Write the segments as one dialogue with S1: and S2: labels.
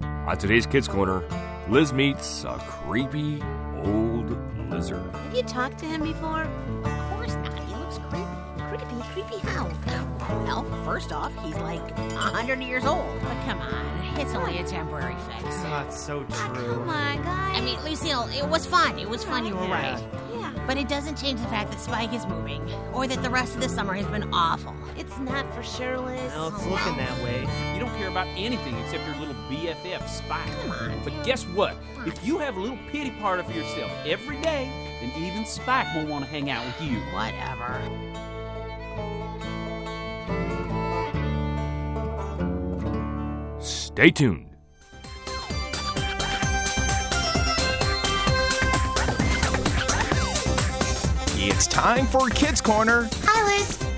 S1: On today's Kids Corner, Liz meets a creepy old lizard.
S2: Have you talked to him before?
S3: Of course not. He looks creepy.
S2: Creepy, creepy how?
S3: Well, first off, he's like a hundred years old.
S4: But Oh, come on, it's only a temporary fix.
S5: Oh, it's so
S2: Ah,
S5: true.
S2: come on, guys.
S4: I mean, Lucille, it was fun. It was fun, you were
S5: Yeah.
S4: right.
S2: yeah,
S4: But it doesn't change the fact that Spike is moving, or that the rest of the summer has been awful.
S2: it's not for sure, Liz.
S5: Well, it's looking that way.
S6: You don't care about anything except your little BFF spy.
S4: Come on.
S6: But guess what? If you have a little pity party for yourself every day, then even Spike will want to hang out with you.
S4: Whatever.
S1: Stay tuned.
S7: It's time for Kids Corner
S4: Hi, Liz.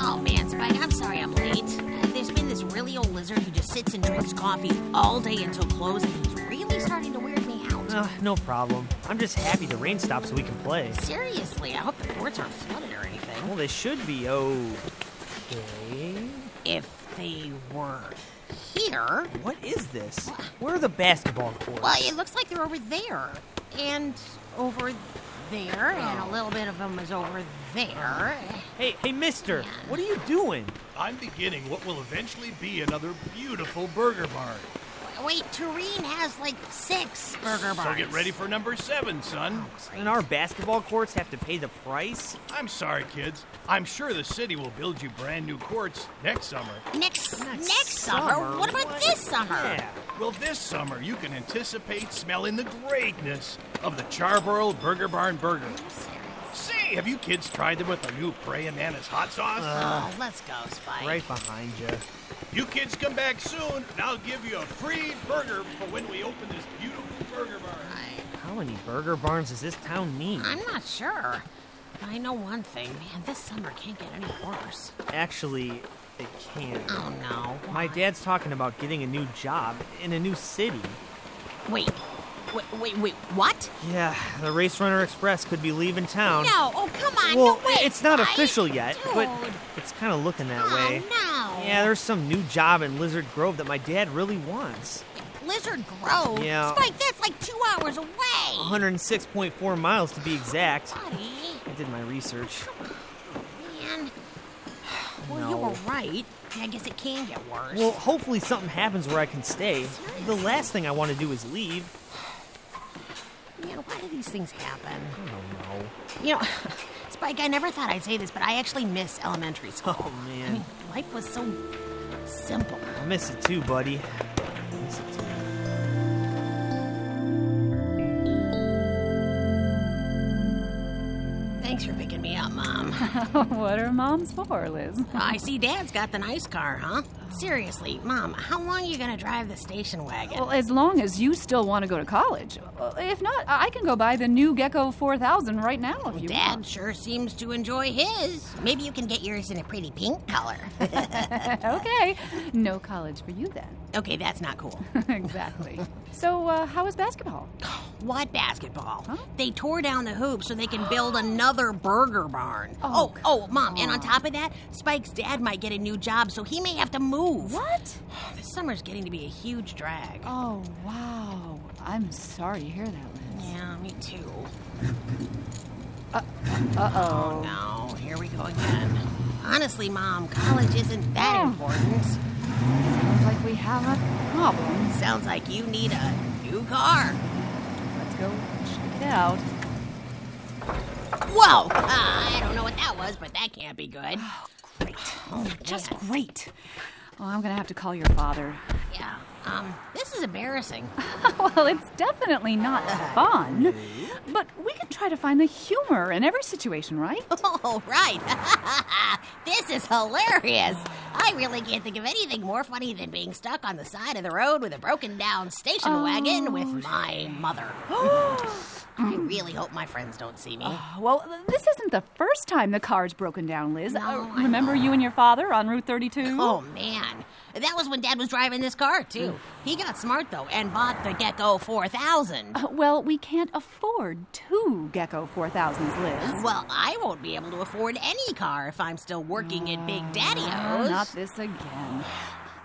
S4: Oh, man, Spike, I'm sorry I'm late. Uh, there's been this really old lizard who just sits and drinks coffee all day until close, and he's really starting to weird me out.
S5: Ugh, Uh, no problem. I'm just happy the rain stopped so we can play.
S4: Seriously, I hope the courts aren't flooded or anything.
S5: Well, they should be okay.
S4: If they were here,
S5: What is this? Where are the basketball courts?
S4: well, it looks like they're over there and over there, and a little bit of them is over there.
S5: Hey, hey, mister, what are you doing?
S8: I'm beginning what will eventually be another beautiful burger barn.
S4: Wait, Tureen has like six burger bars.
S8: So get ready for number seven, son.
S5: And our basketball courts have to pay the price?
S8: I'm sorry, kids. I'm sure the city will build you brand new courts next summer.
S4: Next, next, summer? What about this summer?
S5: Yeah.
S8: Well, this summer you can anticipate smelling the greatness of the Charbroil Burger Barn Burger. Say, have you kids tried them with the new Praying Mantis hot sauce?
S4: Oh, let's go, Spike.
S5: Right behind you.
S8: you kids come back soon, and I'll give you a free burger for when we open this beautiful burger barn.
S5: How many burger barns does this town need?
S4: I'm not sure. But I know one thing, man. This summer can't get any worse.
S5: Actually, it can.
S4: Oh no.
S5: My dad's talking about getting a new job in a new city.
S4: Wait, wait, wait, wait. What?
S5: Yeah, the Race Runner Express could be leaving town.
S4: No. Oh, come on.
S5: Well,
S4: no, wait,
S5: it's not
S4: Spike.
S5: official yet,
S4: Dude.
S5: but it's kind of looking that
S4: Oh,
S5: way.
S4: no.
S5: Yeah, there's some new job in Lizard Grove that my dad really wants.
S4: Lizard Grove.
S5: Yeah.
S4: Spike, that's like two hours away.
S5: 106.4 miles to be exact.
S4: Buddy,
S5: I did my research.
S4: man. Well, you were right. I guess it can get worse.
S5: Well, hopefully something happens where I can stay. The last thing I want to do is leave.
S4: man, why do these things happen?
S5: I don't know.
S4: You know, Spike, I never thought I'd say this, but I actually miss elementary school.
S5: Oh
S4: I mean,
S5: man,
S4: life was so simple.
S5: I miss it too, buddy. I miss it too.
S4: Thanks for picking me up, Mom.
S9: What are moms for, Liz?
S4: I see Dad's got the nice car, huh? Seriously, Mom, how long are you gonna drive the station wagon?
S9: Well, as long as you still want to go to college. Uh, If not, I I can go buy the new Gecko 4000 right now if you
S4: Dad sure seems to enjoy his. Maybe you can get yours in a pretty pink color.
S9: want. Okay. No college for you then.
S4: okay, that's not cool.
S9: exactly. So, uh, how is basketball?
S4: What basketball? They tore down the hoop so they can build another burger barn.
S9: Oh,
S4: Oh, oh, Mom, and on top of that, Spike's dad might get a new job, so he may have to move.
S9: What?
S4: This summer's getting to be a huge drag.
S9: Oh, wow. I'm sorry to hear that, Liz.
S4: Yeah, me too.
S9: Uh oh.
S4: No, here we go again. Honestly, Mom, college isn't that important.
S9: Sounds like we have a problem.
S4: Sounds like you need a new car.
S9: Let's go check it out.
S4: Whoa! Uh, I don't know what that was, but that can't be good.
S9: Great.
S4: Oh,
S9: Just
S4: man.
S9: great. Oh, I'm going to have to call your father.
S4: yeah. Um, this is embarrassing.
S9: Well, it's definitely not fun. But we can try to find the humor in every situation, right?
S4: Oh, right. this is hilarious. I really can't think of anything more funny than being stuck on the side
S9: Oh.
S4: of the road with a broken down station wagon with my mother. I really hope my friends don't see me.
S9: Well, th- this isn't the first time the car's broken down, Liz. Uh, remember you and your father on Route 32?
S4: Oh man, that was when Dad was driving this car too. He got smart though and bought the Gecko 4000.
S9: Uh, Well, we can't afford two Gecko 4000s, Liz.
S4: Well, I won't be able to afford any car if I'm still working at Big Daddy
S9: Oh, Not
S4: O's.
S9: this again.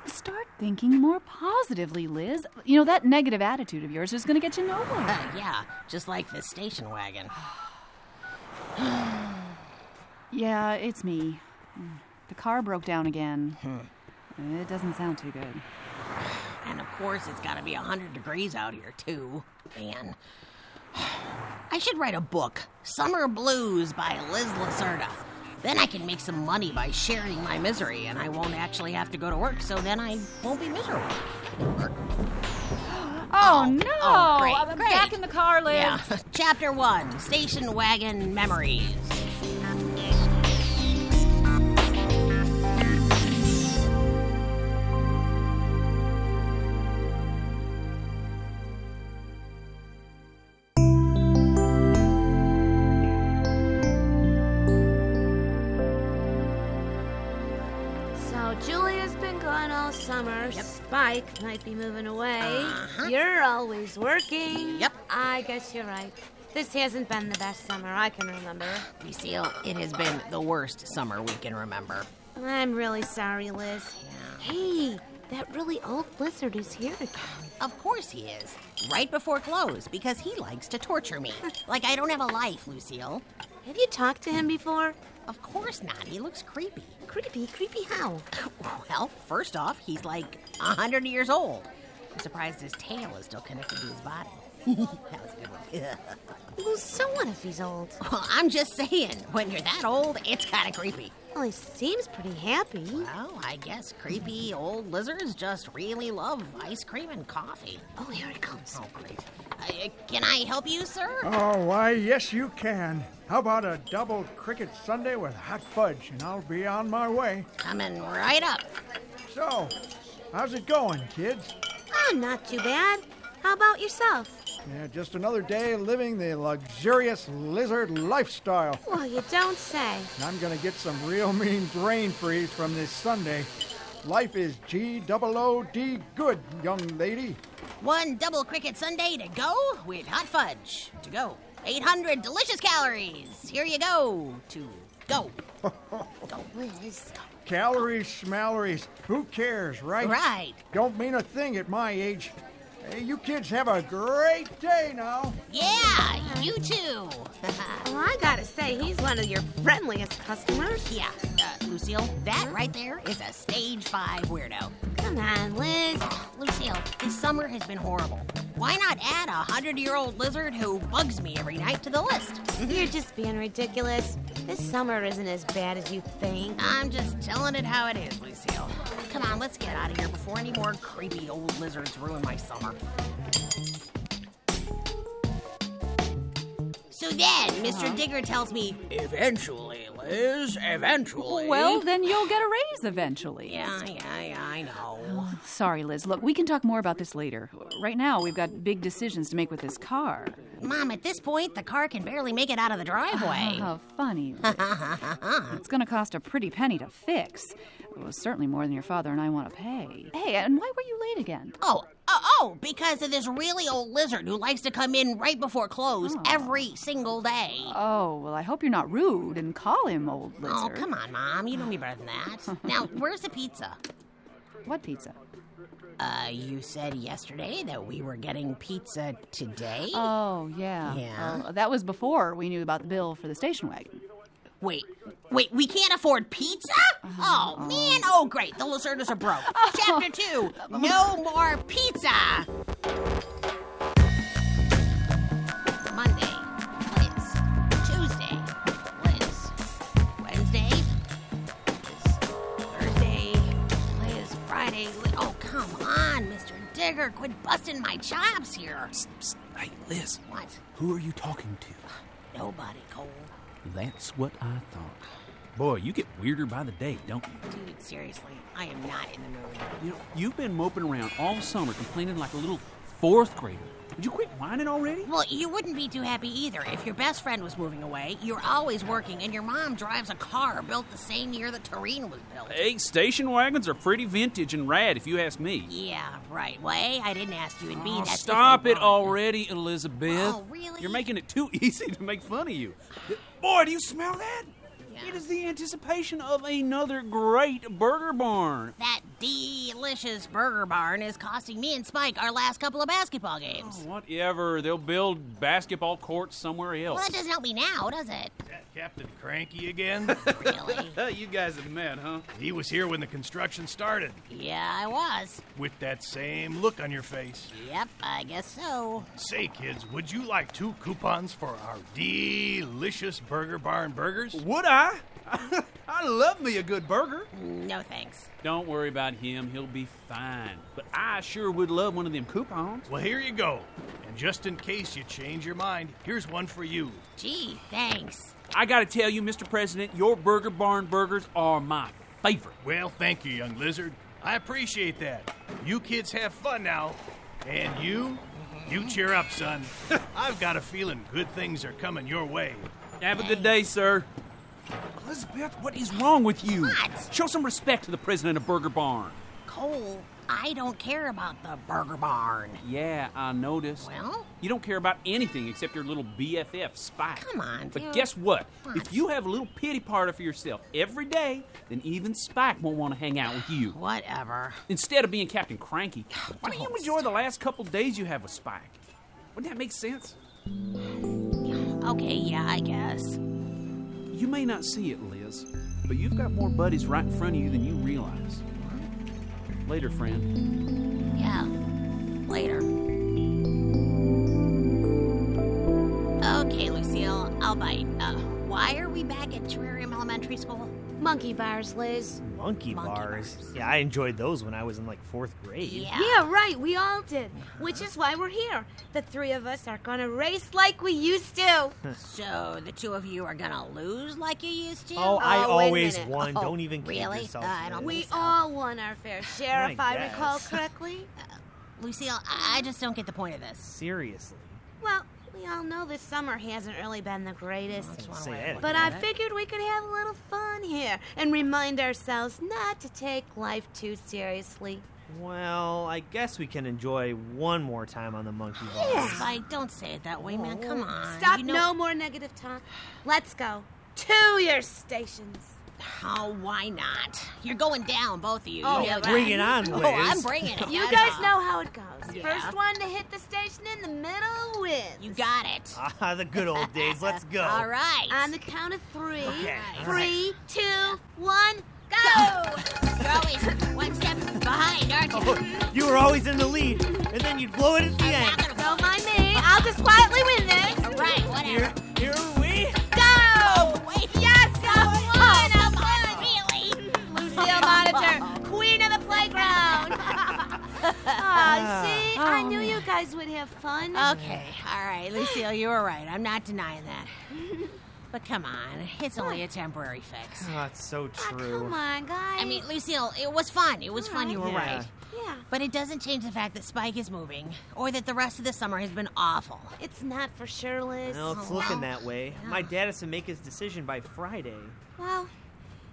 S9: Start thinking more positively, Liz. You know, that negative attitude of yours is going to get you nowhere.
S4: Uh, yeah, just like this station wagon.
S9: Yeah, it's me. Mm, The car broke down again. It doesn't sound too good.
S4: And of course, it's got to be 100 degrees out here, too. Man. I should write a book Summer Blues by Liz Lacerda. Then I can make some money by sharing my misery, and I won't actually have to go to work, so then I won't be miserable.
S9: Oh, no!
S4: oh, great,
S9: I'm
S4: great.
S9: back in the car, Liz.
S4: Yeah. Chapter 1 Station Wagon Memories.
S2: So Julia's been gone all summer. Spike might be moving away. You're always working.
S4: Yep.
S2: I guess you're right. This hasn't been the best summer I can remember.
S4: Lucille, it has been the worst summer we can remember.
S2: I'm really sorry, Liz. Hey, that really old lizard is here again.
S4: Of course he is. Right before close, because he likes to torture me. Like I don't have a life, Lucille.
S2: Have you talked to him before?
S4: Of course not. He looks creepy.
S2: Creepy, creepy how?
S4: Well, first off, he's like a 100 years old. I'm surprised his tail is still connected to his body. that was a good one.
S2: Well, so what if he's old?
S4: well, I'm just saying, when you're that old, it's kind of creepy.
S2: Well, he seems pretty happy.
S4: Well, I guess creepy old lizards just really love ice cream and coffee.
S2: Oh, here he comes.
S4: Oh, great. Uh, can I help you, sir?
S8: Oh, why, yes, you can. How about a double cricket Sunday with hot fudge, and I'll be on my way.
S4: Coming right up.
S8: So, how's it going, kids?
S2: Oh, not too bad. How about yourself?
S8: Yeah, just another day living the luxurious lizard lifestyle.
S2: Well, you don't say.
S8: And I'm gonna get some real mean brain freeze from this Sunday. Life is G double O D good, young lady.
S4: One double cricket sundae to go with hot fudge to go. 800 delicious calories. Here you go. To go.
S2: Liz,
S8: Calories, schmallories, who cares, right?
S4: Right.
S8: Don't mean a thing at my age. Hey, you kids have a great day now.
S4: Yeah, you too.
S2: well, I gotta say, he's one of your friendliest customers.
S4: yeah, uh, Lucille, that right there is a stage five weirdo.
S2: Come on, Liz.
S4: Lucille, this summer has been horrible. Why not add a hundred year old lizard who bugs me every night to the list?
S5: Mm-hmm.
S2: You're just being ridiculous. This summer isn't as bad as you think.
S4: I'm just telling it how it is, Lucille. Come on, let's get out of here before any more creepy old lizards ruin my summer. So then, mister Digger tells me, Uh-huh. eventually, Liz, eventually.
S9: Well, then you'll get a raise eventually.
S4: yeah, yeah, yeah, I know.
S9: Sorry, Liz. Look, we can talk more about this later. Right now, we've got big decisions to make with this car.
S4: Mom, at this point, the car can barely make it out of the driveway.
S9: Oh, How funny. Liz. it's going to cost a pretty penny to fix. Well, certainly more than your father and I want to pay. Hey, and why were you late again?
S4: Oh, oh, oh, because of this really old lizard who likes to come in right before close every single day.
S9: Oh, well, I hope you're not rude and call him old lizard.
S4: Oh, come on, Mom. You know me better than that. now, where's the pizza?
S9: What pizza?
S4: Uh, you said yesterday that we were getting pizza today?
S9: Oh, yeah. Uh,
S4: Yeah.
S9: Well, that was before we knew about the bill for the station wagon.
S4: wait, wait, we can't afford pizza? Oh, man. Oh, great. The Lacerdas are broke. Chapter two No More Pizza. Monday, Liz. Tuesday, Liz. Wednesday, Liz. Thursday, Liz. Friday, Liz. Oh, come on, Mr. Digger. Quit busting my chops here.
S6: Hey, Liz,
S4: What?
S6: who are you talking to?
S4: Nobody, Cole.
S6: That's what I thought. Boy, you get weirder by the day, don't you?
S4: Dude, seriously, I am not in the mood.
S6: You know, you've been moping around all summer complaining like a little fourth grader. Would you quit whining already?
S4: Well, you wouldn't be too happy either if your best friend was moving away. You're always working, and your mom drives a car built the same year the Terrine was built.
S6: Hey, station wagons are pretty vintage and rad, if you ask me.
S4: Yeah, right. Well, A, I didn't ask you, and B,
S6: Oh,
S4: that's
S6: stop it already, Elizabeth.
S4: Oh, really?
S6: You're making it too easy to make fun of you. Boy, do you smell that? It is the anticipation of another great burger barn.
S4: That delicious burger barn is costing me and Spike our last couple of basketball games.
S6: Oh. Whatever, they'll build basketball courts somewhere
S4: well,
S6: else.
S4: that doesn't help me now, does it?
S8: Captain Cranky again?
S6: really? you guys have met, huh?
S8: He was here when the construction started,
S4: Yeah, I was.
S8: with that same look on your face.
S4: Yep, I guess so.
S8: Say, kids, would you like two coupons for our delicious Burger Barn burgers?
S6: Would I? I love me a good burger.
S4: No thanks.
S6: Don't worry about him, he'll be fine. But I sure would love one of them coupons.
S8: Well, here you go. And just in case you change your mind, here's one for you.
S4: Gee, thanks.
S6: I gotta tell you, Mr. President, your Burger Barn burgers are my favorite.
S8: Well, thank you, young lizard. I appreciate that. You kids have fun now. And you? You cheer up, son. I've got a feeling good things are coming your way.
S6: Have a good day, sir. Elizabeth, what is wrong with you?
S4: What?
S6: Show some respect to the president of Burger Barn.
S4: Cole, I don't care about the burger barn.
S6: Yeah, I noticed.
S4: Well?
S6: You don't care about anything except your little BFF Spike. Come
S4: on,
S6: But
S4: dude.
S6: guess what?
S4: What?
S6: If you have a little pity party for yourself every day, then even Spike won't want to hang out with you.
S4: Whatever.
S6: Instead of being Captain Cranky, why don't you enjoy the last couple days you have with Spike? Wouldn't that make sense?
S4: Okay, yeah, I guess.
S6: You may not see it, Liz, but you've got more buddies right in front of you than you realize. Later, friend.
S4: Yeah. Later. Okay, Lucille, I'll bite. Uh, why are we back at Terrarium Elementary School?
S2: Monkey bars, Liz.
S5: Monkey, bars. Yeah, I enjoyed those when I was in like fourth grade.
S2: yeah, right, we all did. Which is why we're here. The three of us are gonna race like we used to.
S4: So the two of you are gonna lose like you used to? Uh,
S5: Oh, I
S2: Oh, wait a
S5: always
S2: minute.
S5: won.
S2: Oh,
S5: Don't even kid
S4: really?
S5: yourself.
S4: Uh, I don't
S2: We
S4: think so.
S2: all won our fair share,
S5: I
S2: if I recall
S5: guess.
S2: correctly.
S4: Lucille, I I just don't get the point of this.
S5: Seriously.
S2: Well, we all know this summer hasn't really been the greatest.
S5: Say that
S2: But I
S5: again.
S2: figured we could have a little fun here and remind ourselves not to take life too seriously.
S5: Well, I guess we can enjoy one more time on the monkey bars.
S4: Spike, don't say it that way, man. Come on.
S2: Stop,
S4: Uh, You know-
S2: no more negative talk. Let's go. To your stations.
S4: Oh, why not? You're going down, both of you.
S2: Oh,
S4: you know that.
S5: bring it on,
S4: Oh,
S5: Liz.
S4: I'm bringing it.
S2: You
S4: that's
S2: guys
S4: all.
S2: know how it goes.
S4: Yeah.
S2: First one to hit the station in the middle wins.
S4: You got it.
S5: Ah, the good old days. Let's go.
S4: All right.
S2: On the count of three,
S5: Okay, all
S2: three, two, one, go!
S4: You're always one step behind, aren't you?
S5: You were always in the lead, and then you'd blow it at the end.
S2: Don't mind me. I'll just quietly win this.
S4: All right, whatever.
S5: Here, here we.
S2: Go!
S4: Wait,
S2: Yes, I'm one. I'm
S4: on,
S2: one.
S4: really?
S2: Lucille Monitor, queen of the playground. Ah, see, I
S4: Um.
S2: knew you guys would have fun.
S4: Okay, all right, Lucille, you were right. I'm not denying that. But come on, it's only a temporary fix.
S5: Oh, it's so
S2: Ah,
S5: true.
S2: come on, guys.
S4: I mean, Lucille, it was fun. It was fun. You were
S5: Yeah.
S4: right.
S2: yeah,
S4: But it doesn't change the fact that Spike is moving, or that the rest of the summer has been awful.
S2: it's not for sure, Liz.
S5: Well, it's looking that way. My dad has to make his decision by Friday.
S2: Well,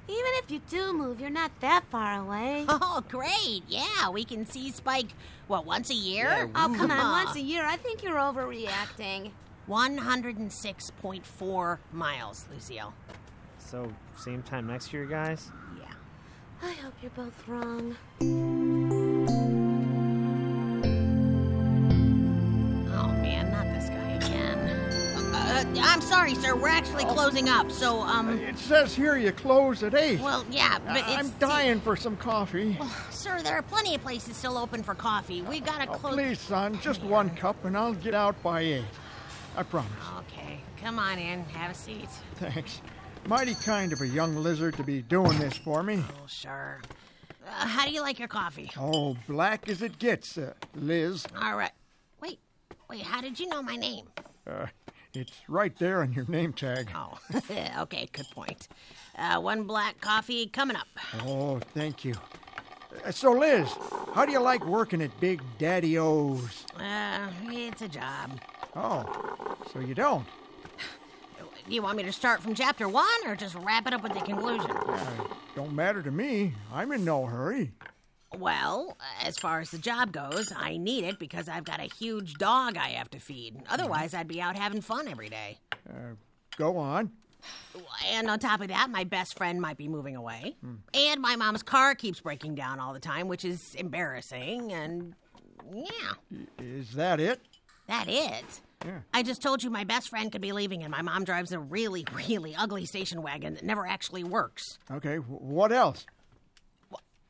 S2: even if you do move, you're not that far away.
S4: Oh, great! Yeah, we can see Spike. What once a year?
S2: Oh, come on, once a year. I think you're overreacting.
S4: One hundred and six point four miles, Lucille.
S5: So, same time next year, guys?
S4: Yeah.
S2: I hope you're both wrong.
S4: Oh man, not this guy again. Uh, I'm sorry, sir. We're actually closing up. So, um,
S9: Oh. It says here you close at 8.
S4: well, yeah, but it's Oh,
S9: I'm dying for some coffee.
S4: sir. There are plenty of places still open for coffee. We gotta
S9: Oh,
S4: close.
S9: please, son, just one cup and I'll get out by 8. I promise.
S4: Okay, come on in. Have a seat.
S9: Thanks. Mighty kind of a young lizard to be doing this for me.
S4: Oh, sure. Uh, how do you like your coffee?
S9: Oh, black as it gets, uh, Liz.
S4: All right. Wait, wait. How did you know my name?
S9: Uh, it's right there on your name tag.
S4: Oh, okay, good point. Uh, one black coffee coming up.
S9: Oh, thank you. Uh, So, Liz, how do you like working at Big Daddy O's?
S4: Uh, it's a job.
S9: Oh, so you don't?
S4: You want me to start from chapter one or just wrap it up with the conclusion?
S9: Don't matter to me. I'm in no hurry.
S4: Well, as far as the job goes, I need it because I've got a huge dog I have to feed. Otherwise, I'd be out having fun every day.
S9: Uh, go on.
S4: And on top of that, my best friend might be moving away. And my mom's car keeps breaking down all the time, which is embarrassing. And yeah,
S9: Is that it?
S4: that it.
S9: Yeah.
S4: I just told you my best friend could be leaving, and my mom drives a really, really ugly station wagon that never actually works.
S9: Okay, wh- what else?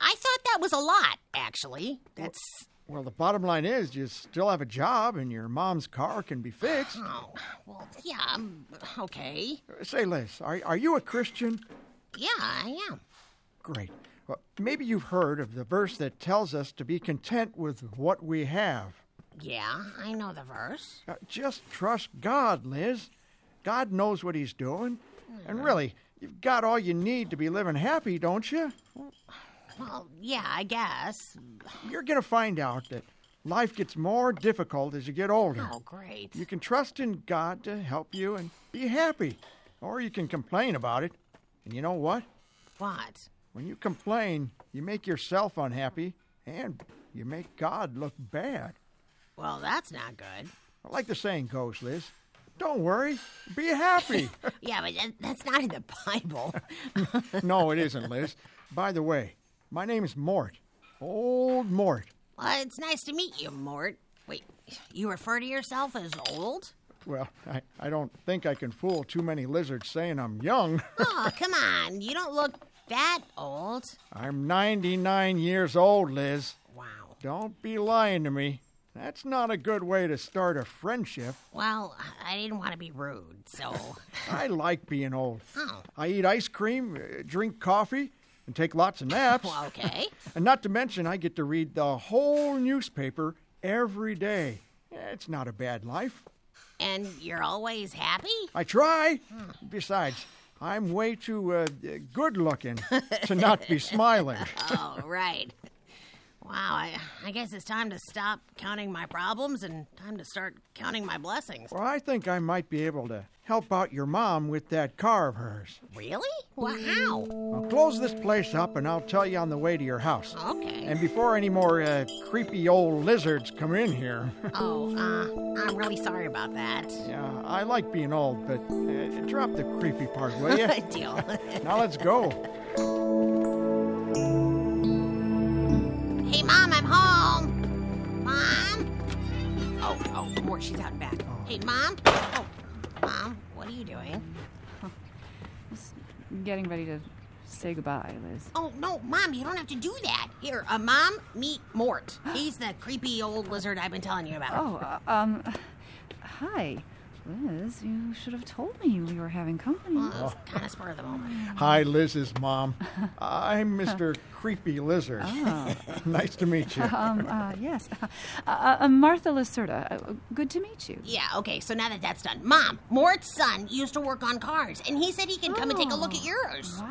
S4: I thought that was a lot, actually. That's.
S9: Well, the bottom line is you still have a job and your mom's car can be fixed. Uh,
S4: Oh, well, yeah, um, okay.
S9: Say, Liz, are, are you a Christian?
S4: Yeah, I am.
S9: Great. Well, maybe you've heard of the verse that tells us to be content with what we have.
S4: Yeah, I know the verse.
S9: Uh, just trust God, Liz. God knows what He's doing. And really, you've got all you need to be living happy, don't you?
S4: Well, yeah, I guess.
S9: You're going to find out that life gets more difficult as you get older.
S4: Oh, great.
S9: You can trust in God to help you and be happy, or you can complain about it. And you know what?
S4: What?
S9: When you complain, you make yourself unhappy and you make God look bad.
S4: Well, that's not good.
S9: Like the saying goes, Liz, don't worry, be happy.
S4: Yeah, but that- that's not in the Bible.
S9: no, it isn't, Liz. By the way, my name is Mort. Old Mort.
S4: Well, it's nice to meet you, Mort. Wait, you refer to yourself as old?
S9: Well, I, I don't think I can fool too many lizards saying I'm young.
S4: Oh, come on. You don't look that old.
S9: I'm 99 years old, Liz.
S4: Wow.
S9: Don't be lying to me. That's not a good way to start a friendship.
S4: Well, I didn't want to be rude, so.
S9: I like being old.
S4: Oh.
S9: I eat ice cream, uh, drink coffee, and take lots of naps.
S4: Well, okay.
S9: And not to mention, I get to read the whole newspaper every day. Eh, It's not a bad life.
S4: And you're always happy?
S9: I try.
S10: Hmm.
S9: Besides, I'm way too uh, good looking to not be smiling.
S4: Oh, right. Wow, I, I guess it's time to stop counting my problems and time to start counting my blessings.
S9: Well, I think I might be able to help out your mom with that car of hers.
S4: Really? Well, how?
S9: I'll close this place up and I'll tell you on the way to your house.
S4: Okay.
S9: And before any more uh, creepy old lizards come in here.
S4: Oh, uh, I'm really sorry about that.
S9: yeah, I like being old, but uh, drop the creepy part, will you?
S4: Deal.
S9: now let's go.
S4: Hey, Mom, I'm home. Mom? Oh, oh, Mort, she's out and back. Hey, Mom? Oh, Mom, what are you doing?
S10: Getting ready to say goodbye, Liz.
S4: Oh, no, Mom, you don't have to do that. Here, uh, Mom, meet Mort. He's the creepy old lizard I've been telling you about.
S10: Oh, uh, um, hi. Liz, you should have told me we were having company.
S4: It's kind of spur of the moment.
S9: Hi, Liz's mom. I'm Mr. Creepy Lizard.
S10: Oh.
S9: nice to meet you.
S10: um, uh, yes. Uh, uh, Martha Lacerda, uh, good to meet you.
S4: Yeah, okay, so now that that's done. Mom, Mort's son used to work on cars, and he said he could come and take a look at yours.
S10: Wow.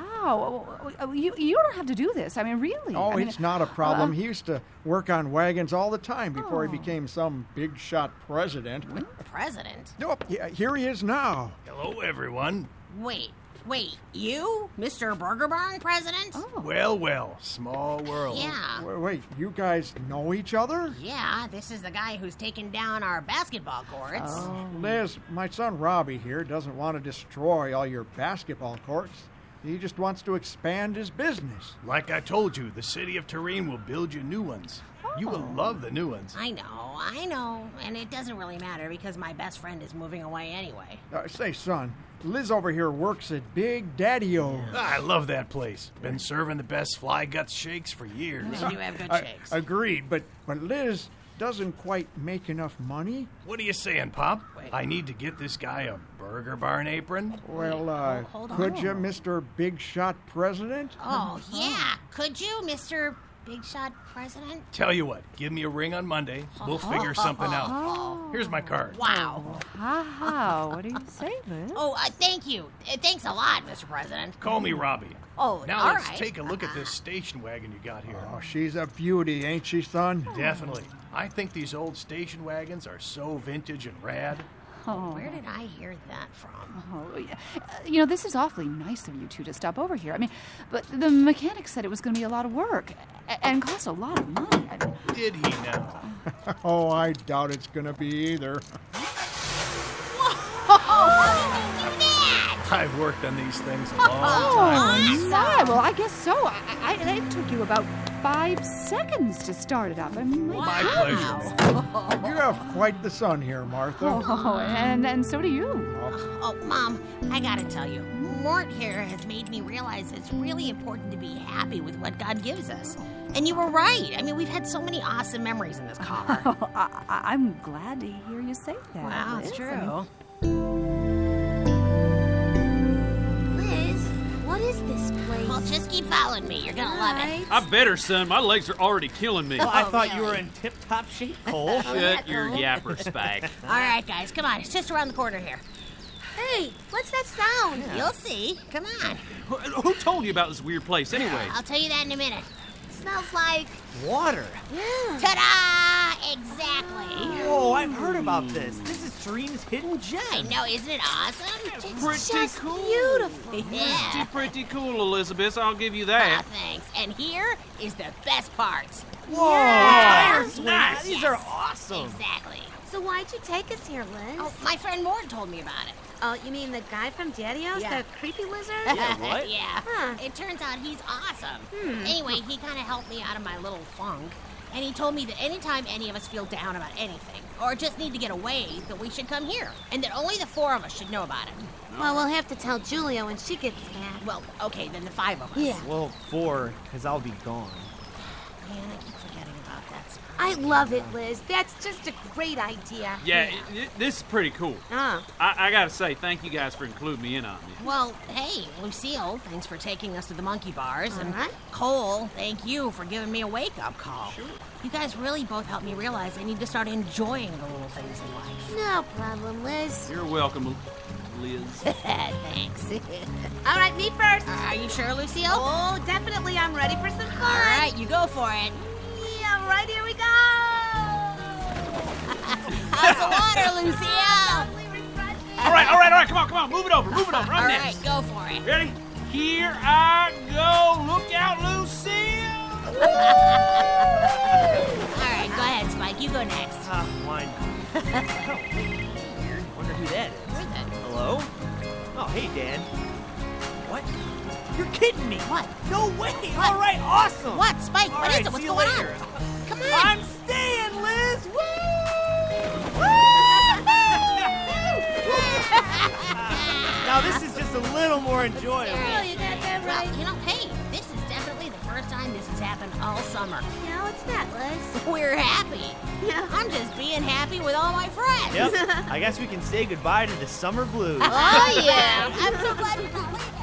S10: Oh, oh, oh, You, you don't have to do this. I mean, really.
S9: Oh,
S10: I mean,
S9: it's not a problem.
S10: uh, Oh.
S9: he used to work on wagons all the time before he became some big shot president.
S10: Mm-hmm.
S4: President?
S9: Nope, yeah, here he is now.
S8: Hello, everyone.
S4: Wait, wait, you? Mr. Burger Barn president?
S8: Well, well, small world.
S4: Yeah.
S9: Wait, wait, you guys know each other?
S4: Yeah, this is the guy who's taken down our basketball courts.
S9: Liz, my son Robbie here doesn't want to destroy all your basketball courts. He just wants to expand his business.
S8: Like I told you, the city of Terrain will build you new ones. You will love the new ones.
S4: Oh. I know, I know. And it doesn't really matter because my best friend is moving away anyway.
S9: Uh, say, son, Liz over here works at Big Daddy O.
S8: I love that place. Been serving the best fly guts shakes for years.
S4: We do have good shakes.
S9: Agreed, but, but Liz doesn't quite make enough money.
S8: What are you saying, Pop? I need to get this guy a burger barn apron.
S9: Well, uh,
S4: hold
S9: could
S4: on.
S11: Oh.
S9: you, Mr. Big Shot President?
S4: Oh, yeah. Could you, Mr. big shot president?
S8: Tell you what, give me a ring on Monday. We'll figure something out. Here's my card.
S4: Oh. Wow.
S11: Wow, what do you say, man?
S4: Oh, uh, thank you. Uh, thanks a lot, Mr. President.
S8: Call me Robbie.
S4: Oh,
S8: now
S4: all
S8: let's
S4: right.
S8: take a look at this station wagon you got here.
S9: Oh, she's a beauty, ain't she, son?
S11: Oh.
S8: Definitely. I think these old station wagons are so vintage and rad.
S4: Where did I hear that from?
S11: Oh, yeah. Uh, You know, this is awfully nice of you two to stop over here. I mean, but the mechanic said it was going to be a lot of work a- and cost a lot of money. I mean,
S8: Did he now?
S9: oh, I doubt it's gonna be either.
S8: I've worked on these things a long time.
S11: oh, my. Well, I guess so. I, I, it took you about five seconds to start it up. I mean, my,
S8: My
S4: Oh,
S11: God.
S8: pleasure.
S9: You have quite the son here, Martha.
S11: Oh, and, and so do you.
S4: Oh, Mom, I gotta tell you, Mort here has made me realize it's really important to be happy with what God gives us. And you were right. I mean, we've had so many awesome memories in this collar.
S11: Oh, I, I- I'm glad to hear you say that.
S4: Wow, it's
S11: Liz.
S4: true.
S11: I mean,
S2: Liz, what is this place?
S4: well, just keep following me. You're gonna love it.
S2: Uh,
S6: I better, son. My legs are already killing me.
S4: Oh,
S5: Well, I thought you were in tip-top shape, Cole.
S6: Shut your yapper, Spike.
S4: All right, guys, come on. It's just around the corner here.
S2: Hey, what's that sound?
S4: You'll see. Come on.
S6: Who- Who told you about this weird place, anyway?
S4: I'll tell you that in a minute.
S2: Smells like.
S5: Water.
S4: Ta-da! Exactly.
S5: Whoa, I've heard about this. This is Serene's hidden gem.
S4: I know, isn't it awesome? It's
S6: Pretty
S4: just
S6: cool.
S4: beautiful. Yeah.
S6: Pretty, pretty cool, Elizabeth. I'll give you
S4: Ah,
S6: that.
S4: Thanks. And here is the best part.
S5: Whoa,
S4: Yeah.
S5: tires, nice. These are awesome.
S4: Exactly.
S2: So why'd you take us here, Liz?
S4: Oh, my friend Mort told me about it.
S2: Oh, you mean the guy from Daddy-O's,
S4: Yeah.
S2: the creepy lizard?
S5: what?
S4: yeah.
S2: Huh.
S4: It turns out he's awesome.
S5: Hmm.
S4: Anyway, he kind of helped me out of my little funk. And he told me that anytime any of us feel down about anything, or just need to get away, that we should come here. And that only the four of us should know about it.
S2: Well, we'll have to tell Julia when she gets back.
S4: Well, okay, then the five of us.
S2: Yeah.
S5: Well, four, because I'll be gone.
S4: Man, I keep forgetting about that. spot.
S2: I love it, Liz. That's just a great idea.
S6: Yeah, i- i- this is pretty cool.
S2: Ah.
S6: I, I gotta say, thank you guys for including me in on this.
S4: Well, hey, Lucille, thanks for taking us to the monkey bars. and
S2: Alright.
S4: Cole, thank you for giving me a wake up call. You guys really both helped me realize I need to start enjoying the little things in life.
S2: No problem, Liz.
S6: You're welcome, Liz.
S4: thanks.
S2: All right, me first.
S4: Are you sure, Lucille?
S2: Oh, definitely. I'm ready for some fun.
S4: All right, you go for it.
S2: Yeah, right here we go.
S4: How's the water, Lucille?
S2: Lovely, refreshing.
S6: all right, all right, all right. Come on, come on. Move it over. Move it over. I'm
S4: All right,
S6: next.
S4: go for it.
S6: Ready? Here I go. Look out, Lucille.
S4: All right, go ahead, Spike. You go next.
S5: Ah, why not? oh, weird. Wonder who that is.
S4: Where's that?
S5: Hello? Oh, hey, Dan. What? You're kidding me.
S4: What?
S5: No way. All right, awesome.
S4: What, Spike?
S5: All
S4: What is
S5: right,
S4: it? What's
S5: see you
S4: going
S5: later.
S4: on? Come on.
S5: I'm staying, Liz. Woo! now this is just a little more enjoyable.
S2: Oh, you got that
S4: Well,
S2: right.
S4: you know, hey, this is definitely the first time this has happened all summer.
S2: No, it's not, Liz.
S4: We're happy. I'm just being happy with all my friends.
S5: Yep. I guess we can say goodbye to the summer blues.
S2: Oh, yeah.
S4: I'm so glad we're not leaving.